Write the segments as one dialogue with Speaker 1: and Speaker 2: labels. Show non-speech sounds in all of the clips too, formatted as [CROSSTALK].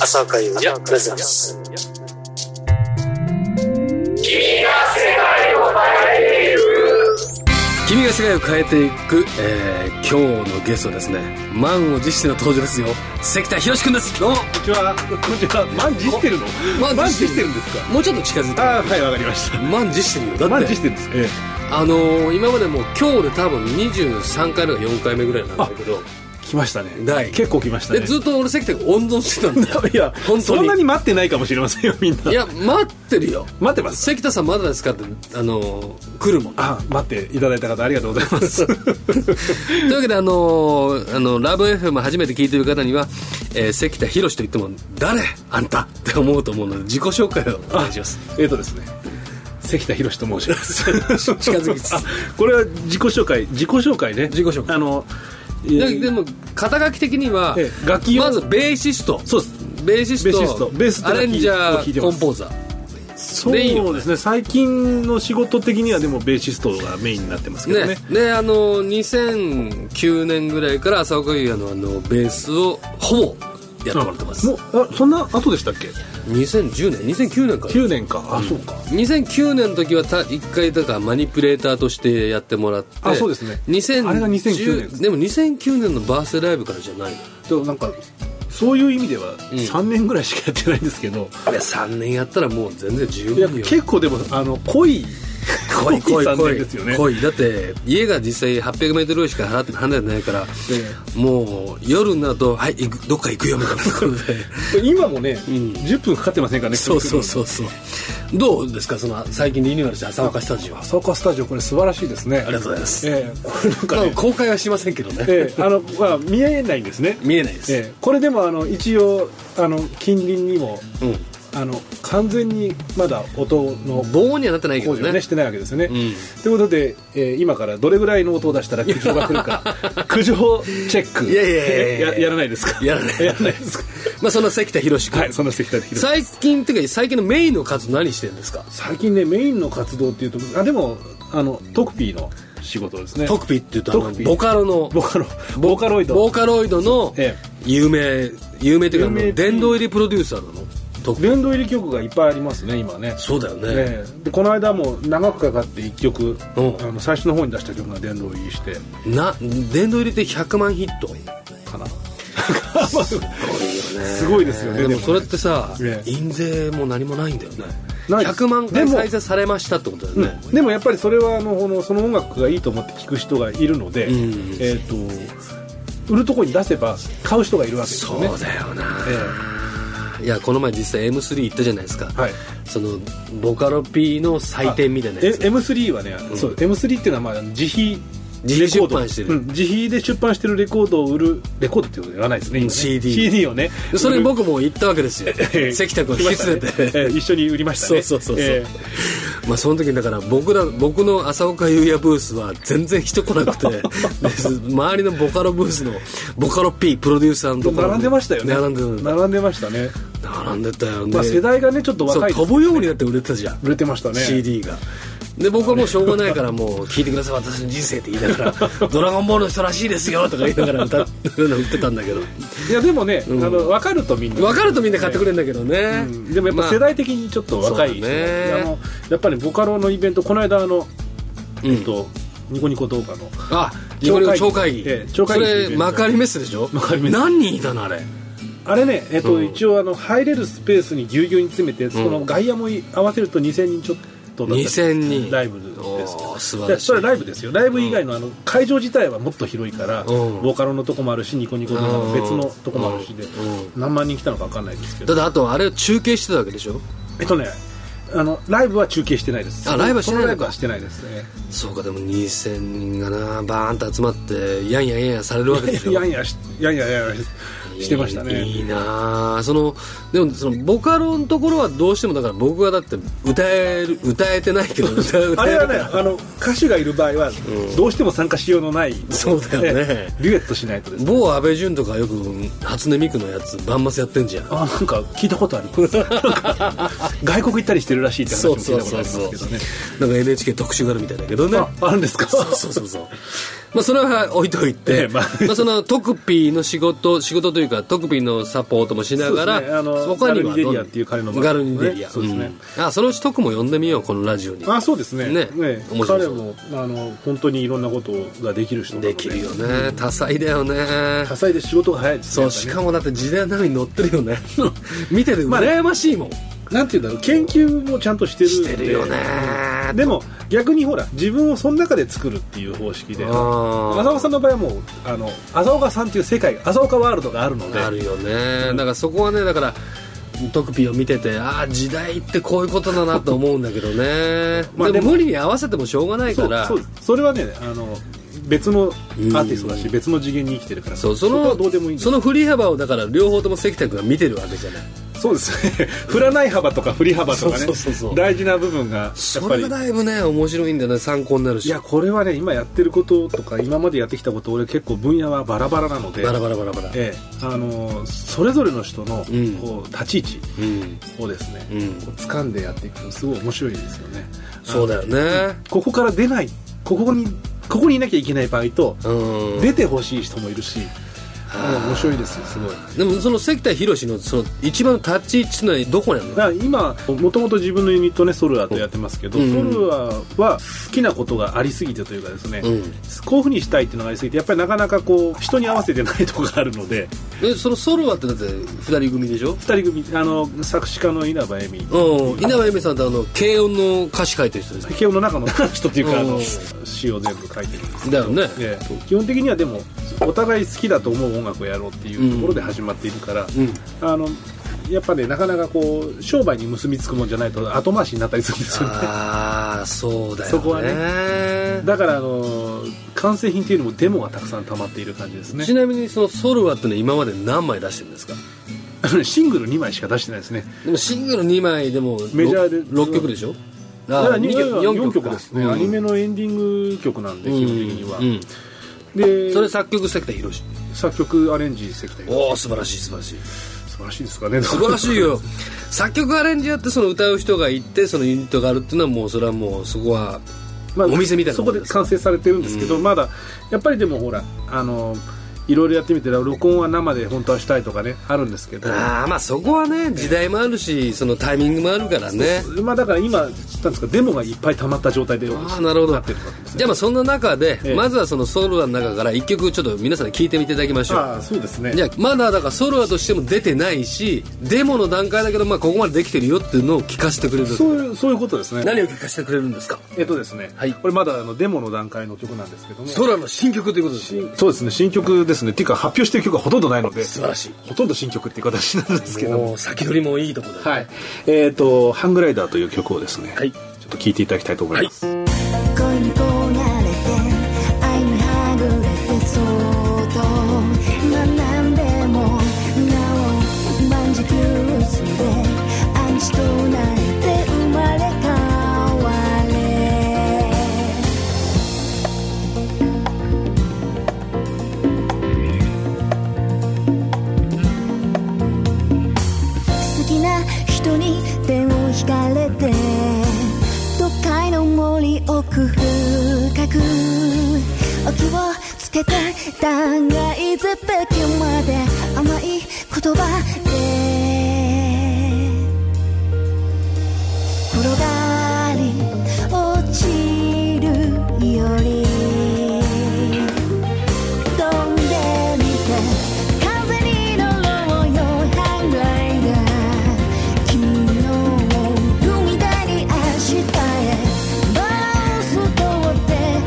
Speaker 1: 朝会をプレゼンス
Speaker 2: 君が世界を変えていく、えー、今日のゲストですね満を持しての登場ですよ関田博くんですどうも
Speaker 3: こんにちは。こんにちは。満持してるの。
Speaker 2: 満
Speaker 3: 満持してるんですか。
Speaker 2: もうちょっと近づいて
Speaker 3: ああ、はい、わかりました。
Speaker 2: 満持してるよだっ
Speaker 3: 満
Speaker 2: て
Speaker 3: 持してるんです。え
Speaker 2: あのー、今までもう今日で多分23回目か4回目ぐらいなんだけど
Speaker 3: え、来ましたね。
Speaker 2: ない
Speaker 3: 結構来ました
Speaker 2: で
Speaker 3: ね。
Speaker 2: ずっと俺関田が温存してたんだよ
Speaker 3: [LAUGHS] いや、
Speaker 2: 本当に
Speaker 3: そんなに待ってないかもしれませんよ、みんな。
Speaker 2: いや待ってるよ
Speaker 3: 待ってます。
Speaker 2: 関田さんまだですかってあのー、来るもん
Speaker 3: あ、待っていただいた方ありがとうござい [LAUGHS] ます。
Speaker 2: というわけであのーあのラブ FM 初めて聞いてる方には、えー関田博と言っても誰あんたって思うと思うので自己紹介をお願いします
Speaker 3: えっとですね。関田博と申します。
Speaker 2: 近づきつつ
Speaker 3: あ、これは自己紹介、自己紹介ね。
Speaker 2: 自己紹介
Speaker 3: あの、
Speaker 2: [LAUGHS]
Speaker 3: え
Speaker 2: で
Speaker 3: ー
Speaker 2: でも肩書き的には、
Speaker 3: ええ楽器を
Speaker 2: まずベーシスト
Speaker 3: そうです。
Speaker 2: ベーシスト
Speaker 3: ベーシストベースって
Speaker 2: ア
Speaker 3: 楽器
Speaker 2: レンジャーコンポーザー
Speaker 3: そ
Speaker 2: でいいよね
Speaker 3: うですね。最近の仕事的にはでもベーシストがメインになってますけど
Speaker 2: ね
Speaker 3: ね。
Speaker 2: であの2009年ぐらいから朝岡優也のあのベースをほぼやってもらってます、
Speaker 3: もうあそんな後でしたっけ
Speaker 2: 2010年2009年から
Speaker 3: 9年かあ、そうか
Speaker 2: 2009年の時はた一回だからマニピュレーターとしてやってもらって
Speaker 3: あそうですね
Speaker 2: 2010
Speaker 3: あれが2009年です
Speaker 2: でも2009年のバースデーライブからじゃないの
Speaker 3: でもなんかそういう意味では3年ぐらいしかやってないんですけ
Speaker 2: い
Speaker 3: ど、
Speaker 2: や3年やったらもう全然十
Speaker 3: いや
Speaker 2: 分よ
Speaker 3: 結構でもあの濃い
Speaker 2: 濃
Speaker 3: [LAUGHS]
Speaker 2: い濃い
Speaker 3: 3
Speaker 2: 濃
Speaker 3: 年
Speaker 2: い
Speaker 3: ですよね
Speaker 2: 濃いだって家が実際 800m ぐらいしか離れて離れてないから、もう夜になると「はい行くどっか行くよ」みたいなところで
Speaker 3: 今もね、
Speaker 2: ん
Speaker 3: 10分かかってませんかね
Speaker 2: [LAUGHS] そうそう
Speaker 3: う
Speaker 2: そうそうどうですかその最近リニューアルした朝岡スタジオあ
Speaker 3: 朝岡スタジオこれ素晴らしいですねあ
Speaker 2: りがとうございます、
Speaker 3: ええこれなんか
Speaker 2: まあ
Speaker 3: ね、
Speaker 2: 公開はしませんけどね、
Speaker 3: ええあのまあ見えないんですね
Speaker 2: [LAUGHS] 見えないです、
Speaker 3: ええこれでもあの一応あの近隣にも
Speaker 2: うん、
Speaker 3: あの完全にまだ音の
Speaker 2: 棒にはなってないけど
Speaker 3: 工事を
Speaker 2: ね
Speaker 3: ねしてないわけですよね。
Speaker 2: ん
Speaker 3: ということで、えー今からどれぐらいの音を出した
Speaker 2: [LAUGHS]
Speaker 3: ら苦情が来るか苦情チェック
Speaker 2: いやいやいやいや
Speaker 3: やらないですか
Speaker 2: やらない
Speaker 3: やらないですか
Speaker 2: [LAUGHS] まあそんな関田博君、
Speaker 3: はいそんな素敵な日々
Speaker 2: 最近っていうか最近のメインの活動何してるんですか
Speaker 3: 最近ねメインの活動っていうとあでもあのトクピーの仕事ですね
Speaker 2: トクピっていうとあ
Speaker 3: ト
Speaker 2: の
Speaker 3: クピ
Speaker 2: ボカロの
Speaker 3: ボカロボーカロイド
Speaker 2: ボーカロイドの
Speaker 3: え
Speaker 2: 有名有名というか
Speaker 3: 有名
Speaker 2: もう殿堂入りプロデューサーなのトクピ
Speaker 3: 殿堂入り曲がいっぱいありますね今ね
Speaker 2: そうだよね、
Speaker 3: ええでこの間も長くかかって1曲
Speaker 2: うん
Speaker 3: あの最初の方に出した曲が殿堂入りして
Speaker 2: な殿堂入りって100万ヒット
Speaker 3: かなすごいですよね
Speaker 2: で
Speaker 3: で
Speaker 2: も
Speaker 3: も
Speaker 2: それってさ、
Speaker 3: ええ
Speaker 2: 印税も何もないんだよね
Speaker 3: ないです
Speaker 2: 100万
Speaker 3: で
Speaker 2: 回
Speaker 3: も
Speaker 2: 再生されましたってことだよね、
Speaker 3: でもやっぱりそれはあのこのその音楽がいいと思って聴く人がいるので、
Speaker 2: ん
Speaker 3: えっと売るとこに出せば買う人がいるわけですよね
Speaker 2: そうだよな、
Speaker 3: え
Speaker 2: いやこの前実際 M3 行ったじゃないですか、
Speaker 3: はい
Speaker 2: そのボカロ P の祭典みたいな
Speaker 3: え
Speaker 2: やつ
Speaker 3: M3 はね、そう M3 っていうのはまあ自費
Speaker 2: 自費
Speaker 3: レコード
Speaker 2: 出版してる
Speaker 3: うん自費で出版してるレコードを売るレコードってこと言わないですね今ね
Speaker 2: CD
Speaker 3: CD をね
Speaker 2: でそ
Speaker 3: 売
Speaker 2: れ
Speaker 3: る
Speaker 2: 僕も行ったわけですよ
Speaker 3: ええ
Speaker 2: 関田君引き連れて、
Speaker 3: ええ一緒に売りました
Speaker 2: [LAUGHS]
Speaker 3: ね
Speaker 2: そうそうそうそう
Speaker 3: え
Speaker 2: まあその時だから僕ら僕の朝岡優也ブースは全然人来なくて
Speaker 3: [LAUGHS]
Speaker 2: で周りのボカロブースのボカロ P プロデューサーの
Speaker 3: え
Speaker 2: ところ
Speaker 3: 並んでましたよね
Speaker 2: 並んでた
Speaker 3: 並んでましたね、
Speaker 2: 並んでたよね、
Speaker 3: まあ、世代がねちょっと
Speaker 2: そ
Speaker 3: 若
Speaker 2: う
Speaker 3: い
Speaker 2: 飛ぶようになって売れてたじゃん
Speaker 3: 売れてましたね
Speaker 2: CD がで僕はもうしょうがないからもう「聴いてください私の人生」って言いなが
Speaker 3: [LAUGHS]
Speaker 2: ら「ドラゴンボールの人らしいですよ」とか言いながら歌って歌ってたんだけど
Speaker 3: いやでもね、あの分かるとみんな
Speaker 2: 分かるとみんな買ってくれるんだけどね、
Speaker 3: でもやっぱ世代的にちょっと若い人、
Speaker 2: そうだね
Speaker 3: あのやっぱりボカロのイベントこの間あの、
Speaker 2: うん
Speaker 3: えっと、ニコニコ動画の
Speaker 2: あニコニコ超
Speaker 3: 超
Speaker 2: 会
Speaker 3: 会
Speaker 2: 議
Speaker 3: 議ええ超会議
Speaker 2: それマカリメスでしょ
Speaker 3: マカリメス
Speaker 2: 何人いたのあれ
Speaker 3: あれね、えっと
Speaker 2: うん
Speaker 3: 一応あの入れるスペースにぎゅうぎゅうに詰めて、その外野も合わせると2000人ちょっとだった
Speaker 2: 2000人
Speaker 3: ライブです
Speaker 2: おー素晴
Speaker 3: い
Speaker 2: ら
Speaker 3: や
Speaker 2: しい
Speaker 3: それライブですよライブ以外のあの会場自体はもっと広いから、
Speaker 2: うん
Speaker 3: ボカロのとこもあるしニコニコ動画の別のとこもあるしで、
Speaker 2: うんうん
Speaker 3: 何万人来たのか分かんないですけど
Speaker 2: だってあとあれを中継してたわけでしょ
Speaker 3: えっとねあのライブは中継してないです
Speaker 2: あライブはしてないのか
Speaker 3: そのライブはしてないですね
Speaker 2: そうかでも2000人がなバーンと集まってやんやんやんやんされるわけ
Speaker 3: [LAUGHS]
Speaker 2: でしょ
Speaker 3: やんやしやんややんやししてましたね
Speaker 2: いいなあそのでもそのボカロのところはどうしてもだから僕がだって歌える歌えてない
Speaker 3: [LAUGHS]
Speaker 2: けど歌え
Speaker 3: あ
Speaker 2: 歌え
Speaker 3: れ
Speaker 2: る
Speaker 3: はねあの歌手がいる場合は、どうしても参加しようのない
Speaker 2: そうだよね
Speaker 3: ええデュエットしないとですね
Speaker 2: 某安倍淳とかよく初音ミクのやつバンマスやってんじゃん [LAUGHS]
Speaker 3: あなんか聞いたことあるなんか外国行ったりしてしてるらしいって話も聞いたことありますけどね
Speaker 2: なんか NHK 特集があるみたいだけどね
Speaker 3: ああるんですか
Speaker 2: そうそうそうそうまあそれは置いとい
Speaker 3: え
Speaker 2: て、
Speaker 3: えま
Speaker 2: ま
Speaker 3: あ
Speaker 2: あ、そのトクピーの仕事仕事というかトクピーのサポートもしながら
Speaker 3: そうですねあの
Speaker 2: 他には
Speaker 3: ガルニデ
Speaker 2: どん
Speaker 3: リアっていう彼の
Speaker 2: ガルニデリア、
Speaker 3: ねそうですね
Speaker 2: うんあそのうちトクも呼んでみようこのラジオに
Speaker 3: [LAUGHS] あそうですね
Speaker 2: ね
Speaker 3: ね
Speaker 2: 面白い
Speaker 3: 彼もあの本当にいろんなことができる人なの
Speaker 2: できるよね多彩だよね
Speaker 3: 多彩で仕事が早いですね
Speaker 2: そうしかもだって時代の波に乗ってるよね [LAUGHS] 見てて羨ましいもん、
Speaker 3: なんていうんだろう研究もちゃんとしてるんで
Speaker 2: してるよね
Speaker 3: うんでも逆にほら自分をその中で作るっていう方式で
Speaker 2: あー
Speaker 3: 浅岡さんの場合はもうあの浅岡さんっていう世界浅岡ワールドがあるので
Speaker 2: あるよねだからそこはねだからトクピーを見ててああ時代ってこういうことだなと思うんだけどね
Speaker 3: [LAUGHS] まあ
Speaker 2: で
Speaker 3: で
Speaker 2: も
Speaker 3: も
Speaker 2: 無理に合わせてもしょうがない
Speaker 3: そ
Speaker 2: か
Speaker 3: う
Speaker 2: ら
Speaker 3: そうですそれはねあの別のアーティストだし別の次元に生きてるから
Speaker 2: そうそ
Speaker 3: こ
Speaker 2: の
Speaker 3: はどうでもいいんです
Speaker 2: その振り幅をだから両方とも関田君が見てるわけじゃない
Speaker 3: そうです [LAUGHS] ね振らない幅とか振り幅とか
Speaker 2: そ
Speaker 3: ね
Speaker 2: うそうそうそう
Speaker 3: 大事な部分がやっ
Speaker 2: そ
Speaker 3: ぱ
Speaker 2: れ
Speaker 3: り
Speaker 2: がだいぶね面白いんだよね参考になる
Speaker 3: い
Speaker 2: し
Speaker 3: やこれはね今やってることとか今までやってきたこと俺結構分野はバラバラなので
Speaker 2: バラバラバラバラ
Speaker 3: ええあのそれぞれの人の、
Speaker 2: ん
Speaker 3: こう立ち位置
Speaker 2: うん
Speaker 3: をですね、
Speaker 2: うん
Speaker 3: こう掴んでやっていくとすごい面白いですよね
Speaker 2: そうだよね
Speaker 3: ここから出ないここにここにいなきゃいけない場合と、
Speaker 2: うん
Speaker 3: 出てほしい人もいるし面白いですよすごい
Speaker 2: でもその関田博のその一番の立ち位置っていうのはどこなの
Speaker 3: だから今もともと自分のユニットねソルアとやってますけど、
Speaker 2: うん
Speaker 3: ソルアは好きなことがありすぎてというかですね、
Speaker 2: うん
Speaker 3: こういうふうにしたいっていうのがありすぎてやっぱりなかなかこう人に合わせてないとこがあるので
Speaker 2: えそのソロはってだって二人組でしょ
Speaker 3: 二人組あの作詞家の稲葉恵美
Speaker 2: うん稲葉由美さんってあの軽音の歌詞書いてる人です
Speaker 3: 慶応の中の人っていうかあ
Speaker 2: う
Speaker 3: の
Speaker 2: ん
Speaker 3: 詩を全部書いてるんです
Speaker 2: だよね
Speaker 3: ええ基本的にはでもお互い好きだと思う音楽をやろうっていうところで始まっているから、
Speaker 2: うん
Speaker 3: あのやっぱねなかなかこう商売に結びつくもんじゃないと後回しになったりするんですよね
Speaker 2: ああそうだよね
Speaker 3: そこはだからあの完成品っていうよりもデモがたくさん溜まっている感じですね
Speaker 2: ちなみにそのソルワってのは今まで何枚出してるんですか
Speaker 3: シングル2枚しか出してないですね
Speaker 2: でもシングル2枚でも
Speaker 3: メジャーで
Speaker 2: 6曲でしょ
Speaker 3: だ
Speaker 2: あ
Speaker 3: か
Speaker 2: あ
Speaker 3: ら
Speaker 2: 二曲
Speaker 3: 4
Speaker 2: 四
Speaker 3: 曲
Speaker 2: か
Speaker 3: ですね、
Speaker 2: うん
Speaker 3: アニメのエンディング曲なんで基本的には、
Speaker 2: うんうん
Speaker 3: で
Speaker 2: それ作曲関田博
Speaker 3: 作曲アレンジしてきたり
Speaker 2: おお素晴らしい素晴らしい
Speaker 3: 素晴らしいですかね
Speaker 2: 素晴らしい
Speaker 3: [LAUGHS]
Speaker 2: よ作曲アレンジやってその歌う人がいてそのユニットがあるっていうのはもうそれはもうそこは
Speaker 3: ま
Speaker 2: お店みたいな
Speaker 3: そこで完成されてるんですけど、まだやっぱりでもほらあのいろいろやってみて録音は生で本当はしたいとかねあるんですけど
Speaker 2: ああまあそこはね時代もあるしそのタイミングもあるからね
Speaker 3: まあだから今なんですかデモがいっぱい溜まった状態で
Speaker 2: ああなるほど
Speaker 3: なってるわけですね
Speaker 2: じゃあまあそんな中で、
Speaker 3: ええ
Speaker 2: まずはそのソルアの中から一曲ちょっと皆さんに聞いてみていただきましょう
Speaker 3: ああそうですね
Speaker 2: じゃあまだだからソルアとしても出てないしデモの段階だけどまあここまでできてるよっていうのを聞かせてくれる
Speaker 3: そういうそういうことですね
Speaker 2: 何を聞かせてくれるんですか
Speaker 3: えっとですね、
Speaker 2: はい
Speaker 3: これまだあのデモの段階の曲なんですけども
Speaker 2: ソルアの新曲ということですね
Speaker 3: そうですね新曲ですねっていうか発表してる曲はほとんどないので
Speaker 2: 素晴らしい
Speaker 3: ほとんど新曲っていう形なんですけども
Speaker 2: もう先取りもいいところだ
Speaker 3: はいえっ、と「ハングライダー」という曲をですね、
Speaker 2: はい
Speaker 3: ちょっと聴いていただきたいと思います、
Speaker 4: 恋に焦がれて愛にはぐれてそっと学んでもなお万事休すで愛し唱えて生まれ変われ好きな人に手を引かれて都会の森奥深く気をつけて断崖絶壁まで甘い言葉で転がり落ちるより飛んでみて風に乗ろうよハングライダー君の海だに明日へバランス通って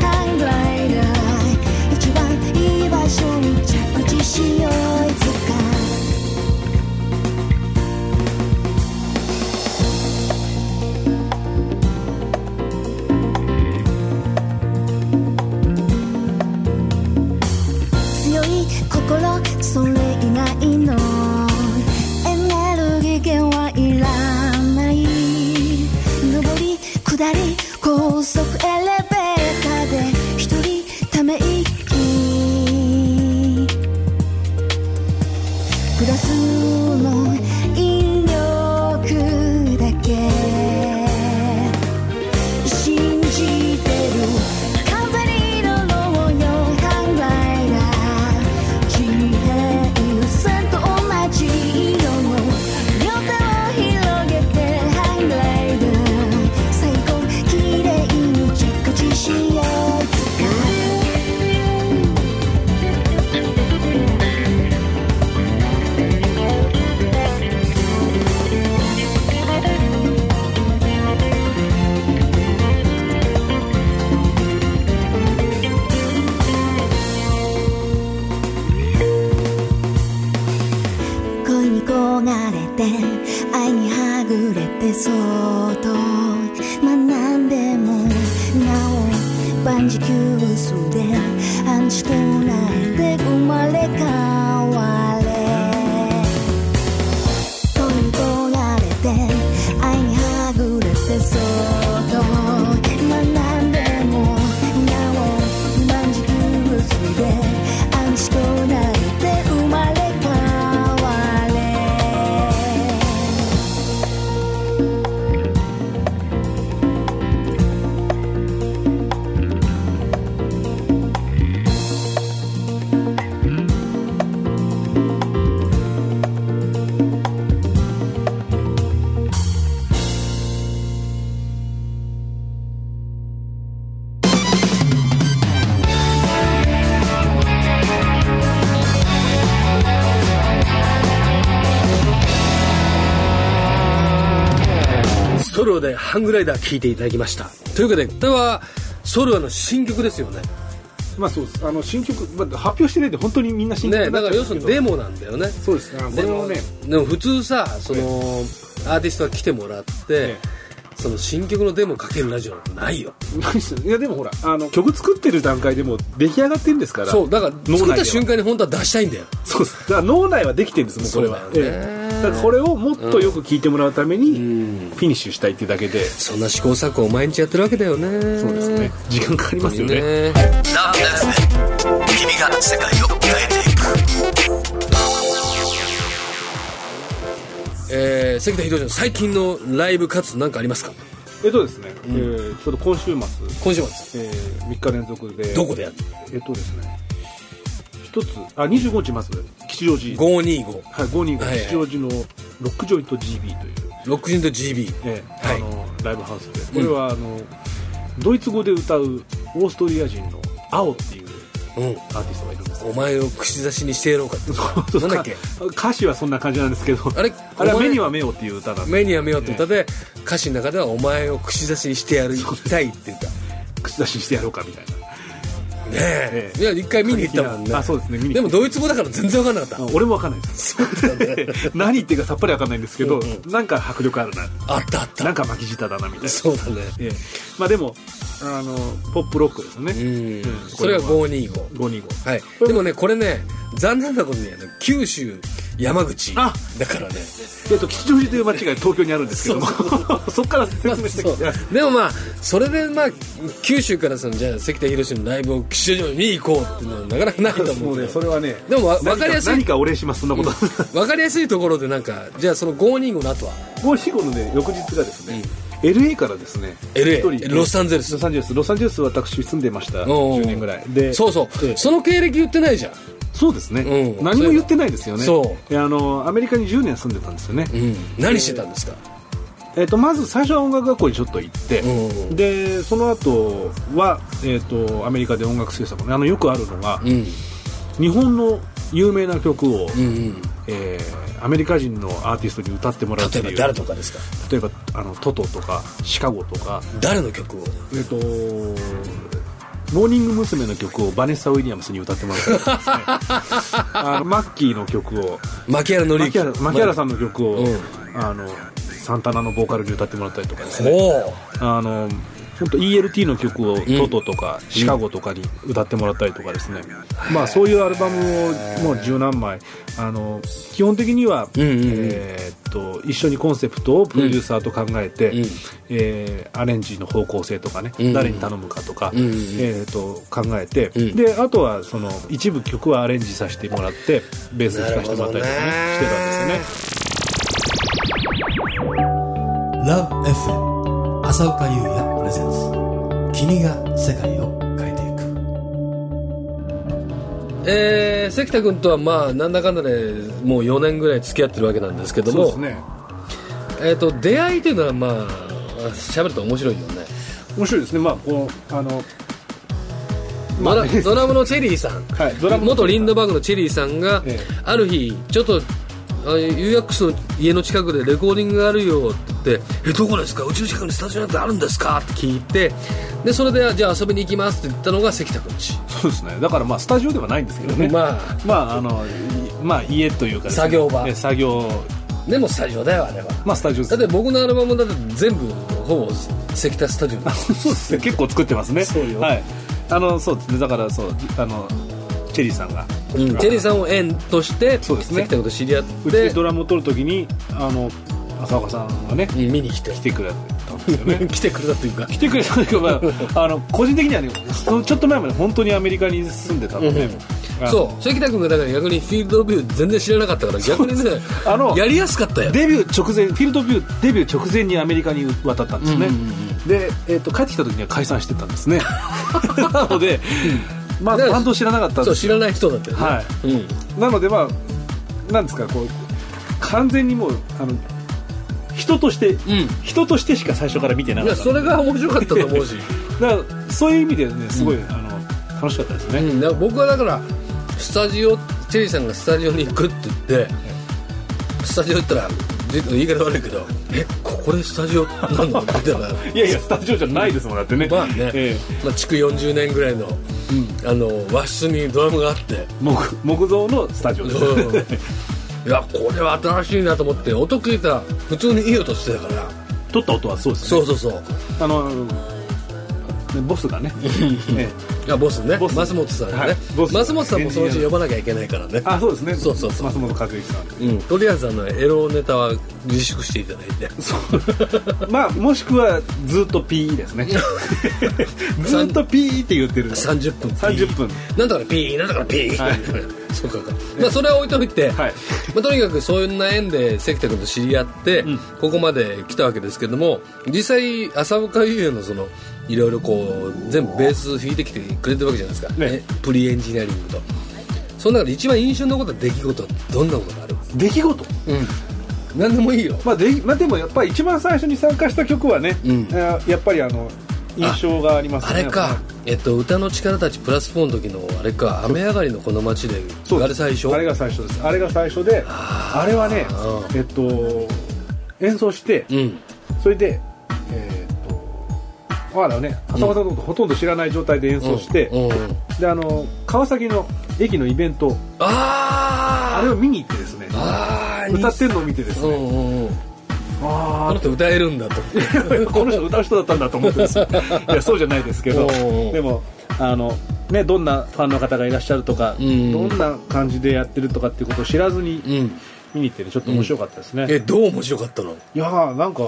Speaker 4: ハングライダー一番いい場所に着地しよういつか強い心それ以外のエネルギー源はいらない上り下り高速エレベーターで一人ため息グラスの引力だけ憧れて愛にはぐれてそっと学んでもなお万事休すで暗示となって生まれ変われ取り取られて愛にはぐれてそっと学んでもなお万事休すで暗示となって生まれ変われ
Speaker 2: ソロでハングライダー聴いていただきましたというわけでこれはソロの新曲ですよね
Speaker 3: まあそうですあの新曲、まあ、発表してないで本当にみんな新曲
Speaker 2: ね
Speaker 3: にな
Speaker 2: だ
Speaker 3: っ
Speaker 2: から
Speaker 3: ちゃ
Speaker 2: 要す
Speaker 3: うけ
Speaker 2: る
Speaker 3: ど
Speaker 2: にデモなんだよね
Speaker 3: そうですねあこ
Speaker 2: で
Speaker 3: れ
Speaker 2: も
Speaker 3: もね
Speaker 2: でも普通さその、アーティストが来てもらって、
Speaker 3: え
Speaker 2: その新曲のデモかけるラジオなんてないよ
Speaker 3: ないですよねいやでもほらあの曲作ってる段階でもう出来上がってるんですから
Speaker 2: そうだから
Speaker 3: 脳内で
Speaker 2: 作っ
Speaker 3: は
Speaker 2: た瞬間に本当は出したいんだよ
Speaker 3: そうですだから脳内はできてるんですもんこれは
Speaker 2: そうだよね
Speaker 3: ええだからこれをもっとよく聞いてもらうために、
Speaker 2: ん
Speaker 3: フィニッシュしたいっていうだけで、
Speaker 2: そんな試行錯誤を毎日やってるわけだよね
Speaker 3: そうですね時間かかりますよ
Speaker 2: ね
Speaker 3: ね
Speaker 1: 君が世界を変えていく
Speaker 2: えー関田博之の最近のライブ活動なんかありますか
Speaker 3: えっとですね、えーちょうど今週末、
Speaker 2: 今週末
Speaker 3: えー、3日連続で
Speaker 2: どこでやる
Speaker 3: えっとですね一つあ25日まず吉祥寺
Speaker 2: 525
Speaker 3: はい、5人が
Speaker 2: はいはい
Speaker 3: 吉祥寺のロックジョイント GB という、
Speaker 2: ロックジンと GB
Speaker 3: ええ
Speaker 2: はい
Speaker 3: あのライブハウスでこれはあの、ドイツ語で歌うオーストリア人の青っていう
Speaker 2: うん
Speaker 3: アーティストがいるんですよ
Speaker 2: お前を口差しにしてやろうかってなんだっけ
Speaker 3: 歌詞はそんな感じなんですけど
Speaker 2: あれ
Speaker 3: あれ
Speaker 2: お
Speaker 3: は「
Speaker 2: 前
Speaker 3: 目には目を」っていう歌なんで
Speaker 2: 目には目をって歌で歌詞の中では「お前を串刺しにしてやりたい」って言ったね
Speaker 3: 口出ししてやろうかみたいな
Speaker 2: え
Speaker 3: え
Speaker 2: いや一回見に行ったもんね
Speaker 3: あそうですね見に
Speaker 2: で
Speaker 3: 行
Speaker 2: も
Speaker 3: った
Speaker 2: ドイツ語だから全然分かんなか
Speaker 3: あ
Speaker 2: っ
Speaker 3: 俺もわかんないです
Speaker 2: た
Speaker 3: [LAUGHS] 何言ってるかさっぱりわかんないんですけど、
Speaker 2: うんう
Speaker 3: なんか迫力あるな
Speaker 2: あったあっ
Speaker 3: なん
Speaker 2: た
Speaker 3: か巻き舌だなみたい
Speaker 2: [LAUGHS]
Speaker 3: な
Speaker 2: そうだね
Speaker 3: ええまあでもあのポップロックですよね、
Speaker 2: うん
Speaker 3: うん
Speaker 2: それが525
Speaker 3: 525
Speaker 2: はいでもねこれね残念なことにね九州山口だ
Speaker 3: あ
Speaker 2: からね
Speaker 3: えっと、吉祥寺という街が東京にあるんですけども [LAUGHS] そこから
Speaker 2: まあ
Speaker 3: 説明して
Speaker 2: そ
Speaker 3: きて、
Speaker 2: うでもまあそれでまあ九州からそのじゃあ関田博のライブを吉祥寺に見に行こうっていうのはなかなかないと思
Speaker 3: も
Speaker 2: う
Speaker 3: う
Speaker 2: け
Speaker 3: ね
Speaker 2: ど
Speaker 3: それはね
Speaker 2: でもわ
Speaker 3: 何
Speaker 2: 分かりやすい
Speaker 3: 何かお礼しますそんなこと、
Speaker 2: 分かりやすいところでなんかじゃあその525の後は
Speaker 3: [LAUGHS] もう死後のね翌日がですね、LA からですね
Speaker 2: LA
Speaker 3: 一人
Speaker 2: ロサンゼルス
Speaker 3: ロサンゼルスロサンゼルス私住んでました
Speaker 2: うん
Speaker 3: 10年ぐらいで
Speaker 2: そうそう、
Speaker 3: ええ
Speaker 2: その経歴言ってないじゃん
Speaker 3: そうですね、
Speaker 2: うん
Speaker 3: 何も言ってないですよね
Speaker 2: そう
Speaker 3: あのアメリカに10年住んでたんですよね、
Speaker 2: うん、何してたんですか、
Speaker 3: えっとまず最初は音楽学校にちょっと行って、
Speaker 2: うん
Speaker 3: でその後は、えっとアメリカで音楽制作のあのよくあるのが、
Speaker 2: うん
Speaker 3: 日本の有名な曲を、
Speaker 2: うんうん、
Speaker 3: えーアメリカ人のアーティストに歌ってもらうって
Speaker 2: 例
Speaker 3: い
Speaker 2: え
Speaker 3: う
Speaker 2: ば誰とかですか
Speaker 3: 例えばあのトトとかシカゴとか、
Speaker 2: 誰の曲を
Speaker 3: えっとモーニング娘。の曲をバネッサ・ウィリアムスに歌ってもらったりと
Speaker 2: [LAUGHS]
Speaker 3: かですねあのマッキーの曲を
Speaker 2: 牧原紀
Speaker 3: 牧
Speaker 2: 之
Speaker 3: 原牧原さんの曲を、
Speaker 2: うん
Speaker 3: あのサンタナのボーカルに歌ってもらったりとかですね
Speaker 2: お
Speaker 3: あの本当 ELT の曲を
Speaker 2: ん
Speaker 3: トトとかシカゴとかに歌ってもらったりとかですね、まあそういうアルバムをもう十何枚あの基本的には、
Speaker 2: うんうんうん
Speaker 3: えーっと一緒にコンセプトをプロデューサーと考えて、
Speaker 2: うん
Speaker 3: えーアレンジの方向性とかね、
Speaker 2: うんうん
Speaker 3: 誰に頼むかとか、
Speaker 2: うんうん
Speaker 3: えーっと考えて、
Speaker 2: うん
Speaker 3: であとはその一部曲はアレンジさせてもらってベース弾かせてもらったりとか、ね
Speaker 2: なるほどね
Speaker 3: してたんですよね
Speaker 5: LoveFM 浅岡優也プレゼンツ君が世界を変えていく
Speaker 2: えー、関田君とはまあなんだかんだでもう4年ぐらい付き合ってるわけなんですけど
Speaker 3: そう
Speaker 2: も
Speaker 3: ですね
Speaker 2: えー、と出会いというのはまあ喋ると面白いよね
Speaker 3: 面白いですねまあこうあの
Speaker 2: ドラドラムのチェリーさん、
Speaker 3: はいドラムの
Speaker 2: 元リンドバーグのチェリーさんが、
Speaker 3: ええ
Speaker 2: ある日ちょっとあ UX の家の近くでレコーディングがあるよって言って「えどこですかうちの近くにスタジオなんてあるんですか?」って聞いてでそれで「じゃあ遊びに行きます」って言ったのが関田君ち
Speaker 3: そうですねだからまあスタジオではないんですけどね
Speaker 2: まあ
Speaker 3: まああのいまあ家というかですね
Speaker 2: 作業場
Speaker 3: え作業
Speaker 2: でもスタジオだよあれは
Speaker 3: まあスタジオで
Speaker 2: だ
Speaker 3: す
Speaker 2: って僕のアルバムだって全部ほぼ関田スタジオです
Speaker 3: そうですね結構作ってますね
Speaker 2: そうよ
Speaker 3: はいあのそうですねだからそうあのチェリーさんが
Speaker 2: うんチェリーさんを縁として
Speaker 3: そうですね
Speaker 2: 関田君と知り合っ
Speaker 3: うち
Speaker 2: て
Speaker 3: でドラムを取るときにあの浅岡さんがね
Speaker 2: うん見に来て
Speaker 3: 来てくれたんですよね
Speaker 2: 来てくれたというか
Speaker 3: [LAUGHS] 来てくれたんだけど、ま [LAUGHS] あ、あの個人的にはねそのちょっと前まで本当にアメリカに住んでたので、あ
Speaker 2: そう関田君がだから逆にフィールドビュー全然知らなかったから逆にね
Speaker 3: あの
Speaker 2: やりやすかったよ
Speaker 3: デビュー直前フィールドビューデビュー直前にアメリカに渡ったんですね、で、えっと帰ってきた時には解散してたんで
Speaker 2: [LAUGHS]
Speaker 3: すねなので、まあ
Speaker 2: だから
Speaker 3: 担当知らなかったん
Speaker 2: そ
Speaker 3: で
Speaker 2: う
Speaker 3: す
Speaker 2: 知らない人だったよね、
Speaker 3: は
Speaker 2: うん、
Speaker 3: い、なのでまあなんですかこう完全にもうあの人として、
Speaker 2: ん
Speaker 3: 人としてしか最初から見てないかっ
Speaker 2: や
Speaker 3: た
Speaker 2: それが面白かったと思う
Speaker 3: [LAUGHS]
Speaker 2: し、
Speaker 3: だからそういう意味でねすごい、あの楽しかったですね、
Speaker 2: うん、だから僕はだからスタジオチェリーさんがスタジオに行くって言ってスタジオ行ったらじ言い方悪いけど「えここでスタジオなんの?」みたい
Speaker 3: [LAUGHS]
Speaker 2: な
Speaker 3: いやいやスタジオじゃないですもんだってね
Speaker 2: まあね、
Speaker 3: え
Speaker 2: まあ、築40年ぐらいの,、あの和室にドラムがあって
Speaker 3: え木木造のスタジオです、
Speaker 2: いやこれは新しいなと思って音聞いたら普通にいい音してたから
Speaker 3: [LAUGHS] 撮った音はそうですね
Speaker 2: そうそうそう
Speaker 3: あのボスがね、ええ
Speaker 2: いやボスね
Speaker 3: ボス
Speaker 2: マスモトさんが
Speaker 3: は
Speaker 2: ね
Speaker 3: いボス
Speaker 2: マスモトさんもそのうち呼ばなきゃいけないからね
Speaker 3: あそうですね
Speaker 2: そうそうそう
Speaker 3: 松本和之さん
Speaker 2: うん、とりあえずあのエロネタは自粛していただいて
Speaker 3: まあもしくはずっと P ですね [LAUGHS] ずっと P って言ってる
Speaker 2: 30分
Speaker 3: 30分
Speaker 2: なんだからピーなんだからピー、
Speaker 3: はい
Speaker 2: [LAUGHS] そうかそうか、まあ、それは置いといて、
Speaker 3: はい
Speaker 2: まあ、とにかくそういう縁で関田君と知り合って、ここまで来たわけですけども実際浅岡優也のそのいろいろこう全部ベース弾いてきてくれてるわけじゃないですか、
Speaker 3: ね
Speaker 2: えプリエンジニアリングとその中で一番印象に残った出来事ってどんなことがある
Speaker 3: 出来事
Speaker 2: うん何でもいいよ
Speaker 3: まあでまあ、でもやっぱり一番最初に参加した曲はね、
Speaker 2: うん
Speaker 3: あやっぱりあの印象があります
Speaker 2: あ
Speaker 3: ね
Speaker 2: れか、えっと、歌の力たちプラス4の時のあれか雨上がりのこの街で
Speaker 3: そうです
Speaker 2: あれ最初
Speaker 3: あれが最初ですあれが最初であれはねえっと演奏して、
Speaker 2: うん
Speaker 3: それでえーっとまだね浅間さんのことほとんど知らない状態で演奏して、
Speaker 2: うんうん
Speaker 3: であの川崎の駅のイベントあ
Speaker 2: あ
Speaker 3: れを見に行ってですね
Speaker 2: あー
Speaker 3: 歌ってるのを見てです
Speaker 2: う
Speaker 3: ね
Speaker 2: んうんうんあ
Speaker 3: あ
Speaker 2: の人歌えるんだと
Speaker 3: あこの人歌う人だったんだと思って
Speaker 2: [LAUGHS]
Speaker 3: ですねいやそうじゃないですけ
Speaker 2: お
Speaker 3: ど
Speaker 2: うおう
Speaker 3: でもあのねどんなファンの方がいらっしゃるとかど
Speaker 2: うん
Speaker 3: んな感じでやってるとかっていうことを知らずに
Speaker 2: うん
Speaker 3: 見に行ってねちょっと面白かったです
Speaker 2: [LAUGHS]
Speaker 3: ね
Speaker 2: えどう面白かったの
Speaker 3: いやーなんか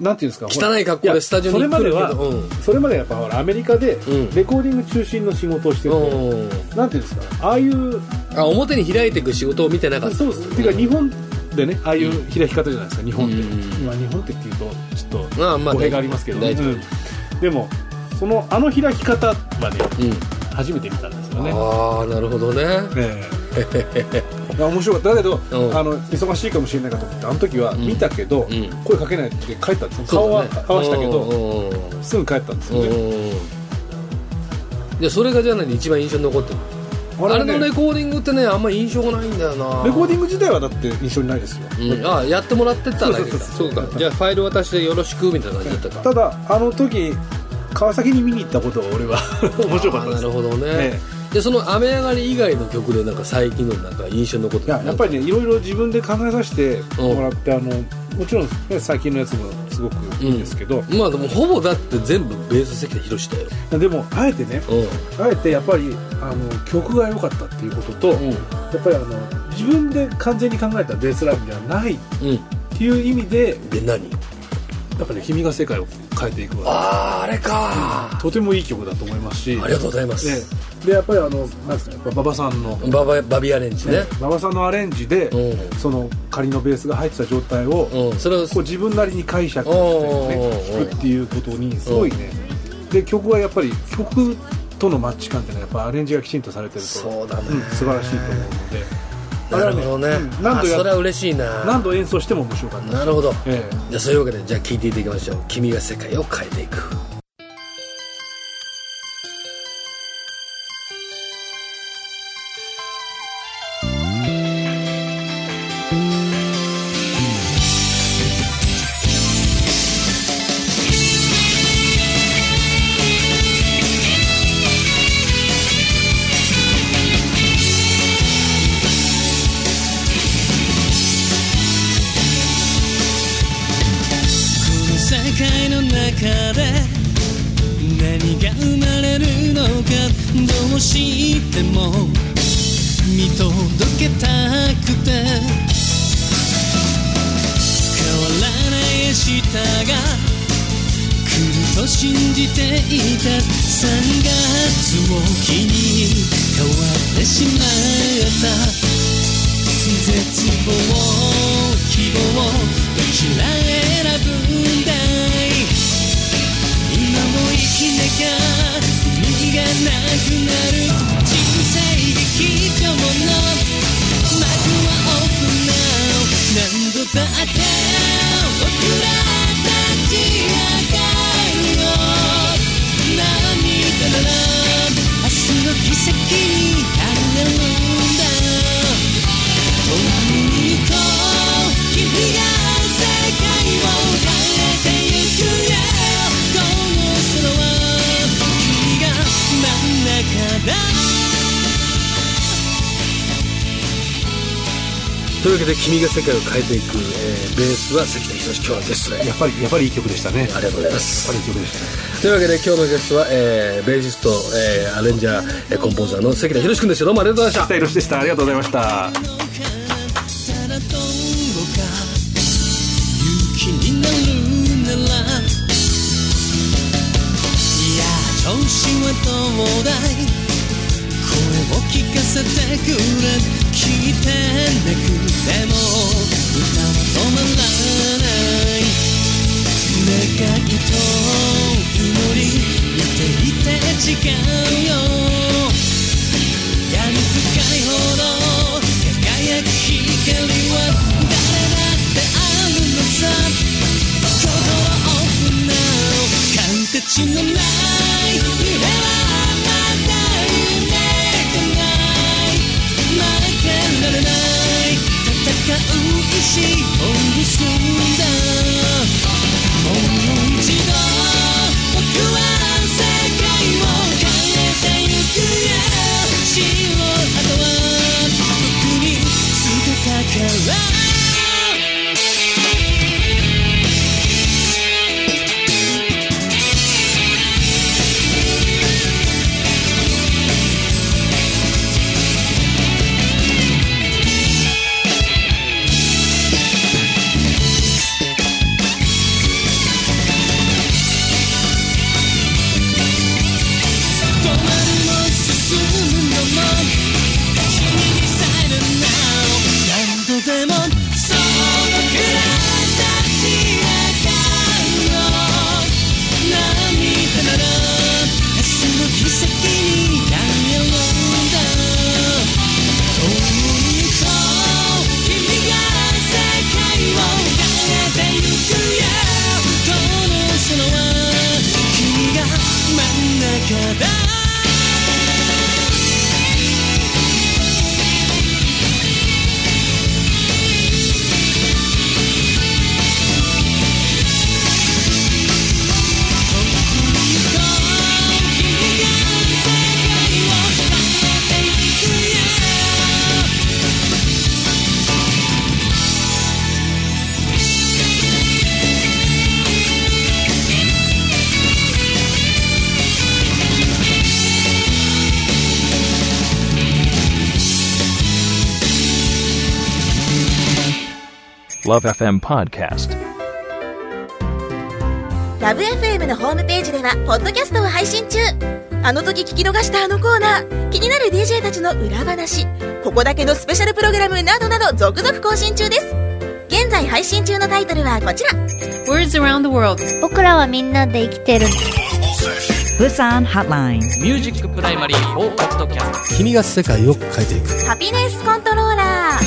Speaker 3: なんていうんですかほ
Speaker 2: 汚
Speaker 3: ら
Speaker 2: い格好でスタジオに
Speaker 3: いやそれまでは
Speaker 2: 来るけどうん
Speaker 3: それまでやっぱほらアメリカで
Speaker 2: うん
Speaker 3: レコーディング中心の仕事をしてるから
Speaker 2: うん
Speaker 3: なんていうんですかねああいう
Speaker 2: あ表に開いていく仕事を見てなかった
Speaker 3: そうですていうか日本でねああいう開き方じゃないですか日本って、
Speaker 2: うん
Speaker 3: まあ、日本ってっていうとちょっと
Speaker 2: まあまあ
Speaker 3: 語弊がありますけど、
Speaker 2: 大丈夫
Speaker 3: うんでもそのあの開き方はね
Speaker 2: うん
Speaker 3: 初めて見たんですよね
Speaker 2: ああなるほどね
Speaker 3: え
Speaker 2: [LAUGHS]
Speaker 3: えいや面白かっただけど、
Speaker 2: うん
Speaker 3: あの忙しいかもしれないかと思ってあの時は見たけど、
Speaker 2: うん
Speaker 3: 声かけないで帰ったんですよ顔は合わしたけど、
Speaker 2: ど
Speaker 3: すぐ帰ったんです
Speaker 2: うん
Speaker 3: よ
Speaker 2: うんう
Speaker 3: ね、
Speaker 2: んうんいやそれがじゃあ何一番印象に残ってるあ
Speaker 3: は
Speaker 2: れ
Speaker 3: ね
Speaker 2: のレコーディングってねあんま印象がないんだよな
Speaker 3: レコーディング自体はだって印象にないですよ、
Speaker 2: うん、あやってもらってただけか
Speaker 3: そ
Speaker 2: そうかじゃあファイル渡してよろしくみたいな感じだったか
Speaker 3: ただあの時川崎に見に行ったことが俺は [LAUGHS] 面白
Speaker 2: あ
Speaker 3: かっ
Speaker 2: ー
Speaker 3: たで
Speaker 2: な
Speaker 3: す
Speaker 2: るほどね、
Speaker 3: え
Speaker 2: でその「雨上がり」以外の曲でなんか最近のなんか印象に残って
Speaker 3: いややっぱりねいろいろ自分で考えさせてもらって、あのもちろん、ね、最近のやつもすごくいいんですけど、
Speaker 2: まあでもほぼだって全部ベース関田博だよ
Speaker 3: でもあえてね
Speaker 2: う
Speaker 3: あえてやっぱりあの曲が良かったっていうことと、
Speaker 2: ん
Speaker 3: やっぱりあの自分で完全に考えたベースラインではないっ
Speaker 2: うん
Speaker 3: ていう意味で
Speaker 2: で何
Speaker 3: やっぱり、君が世界を変えていくわ
Speaker 2: あああれか
Speaker 3: とてもいい曲だと思いますし
Speaker 2: ありがとうございます、
Speaker 3: ねでやっぱりあのなんですかやっぱ馬場さんの、
Speaker 2: バババビアレンジね
Speaker 3: 馬場さんのアレンジで、
Speaker 2: うん
Speaker 3: その仮のベースが入ってた状態を、
Speaker 2: うんそれを
Speaker 3: こう自分なりに解釈して、
Speaker 2: おーお
Speaker 3: ね
Speaker 2: ー、おー
Speaker 3: 聞くっていうことにすごいねで曲はやっぱり曲とのマッチ感っていうのはやっぱアレンジがきちんとされてると
Speaker 2: そうだね
Speaker 3: ん素晴らしいと思うのであれ
Speaker 2: な
Speaker 3: は
Speaker 2: るほどね
Speaker 3: うん何
Speaker 2: あ
Speaker 3: 度や
Speaker 2: それは嬉しいな
Speaker 3: 何度演奏しても面白かった
Speaker 2: なるほど
Speaker 3: ええ
Speaker 2: じゃあそういうわけでじゃあ聞いていただきましょう「君が世界を変えていく」
Speaker 4: 「君が世界を変えていく」
Speaker 6: で何が生まれるのかどうしても見届けたくて変わらない明日が来ると信じていた3月を気に変わってしまった絶望希望どちら選ぶんだい今も生きなきゃ意味がなくなる人生劇場の幕はオープンな何度だって僕ら立ち上がるよ涙なら明日の奇跡にあるんだ共に行こう君が世界を変えてゆくよこの空は君が真ん中だ
Speaker 2: というわけで君が世界を変えていく、えーベースは関田博今日のゲストであり
Speaker 3: やっぱりやっぱりいい曲でしたね
Speaker 2: がとうございま
Speaker 3: やっ
Speaker 2: す
Speaker 3: ぱりいい曲でしたね
Speaker 2: というわけで今日のゲストは、えーベーシスト、えーアレンジャー、えーコンポーザーの関田博君でしたどうもありがとうございました
Speaker 3: 北広でしたありがとうございました
Speaker 6: ただどうか勇気になるならいや調子はどうだい声を聞かせてくれ聞いてなくても歌は止まらない願いと祈り似ていて違うよ闇深いほど輝く光は誰だってあるのさ心オープンな形のない夢はまだ夢じゃない負けられない戦う意志を結んだもう一度僕は世界を変えてゆくよこの空は死を後は僕に捨てたから止まるも進むのも君に silent now 何度でもそう僕ら立ち上がろう涙なら明日の奇跡に変えようんだ共に行こう君が世界を変えてゆくよこの空は君が真ん中だ君が世界を変えてゆくよこの空は君が真ん中だ
Speaker 7: ラブ f m のホームページではポッドキャストを配信中あの時聞き逃したあのコーナー気になる DJ たちの裏話ここだけのスペシャルプログラムなどなど続々更新中です現在配信中のタイトルはこちら
Speaker 8: Words around the world.
Speaker 9: 僕らはみんなで生きてる
Speaker 10: Busan Hotline.
Speaker 6: ミュージックプライマリー4ポッドキャスト
Speaker 5: 君が世界を変えていく
Speaker 7: ハピネスコントローラー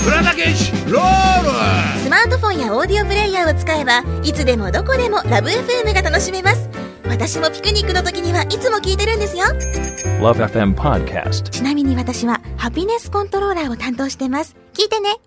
Speaker 7: スマートフォンやオーディオプレイヤーを使えばいつでもどこでもラブ f m が楽しめます私もピクニックの時にはいつも聞いてるんですよ
Speaker 11: Love FM Podcast.
Speaker 7: ちなみに私はハピネスコントローラーを担当してます聞いてね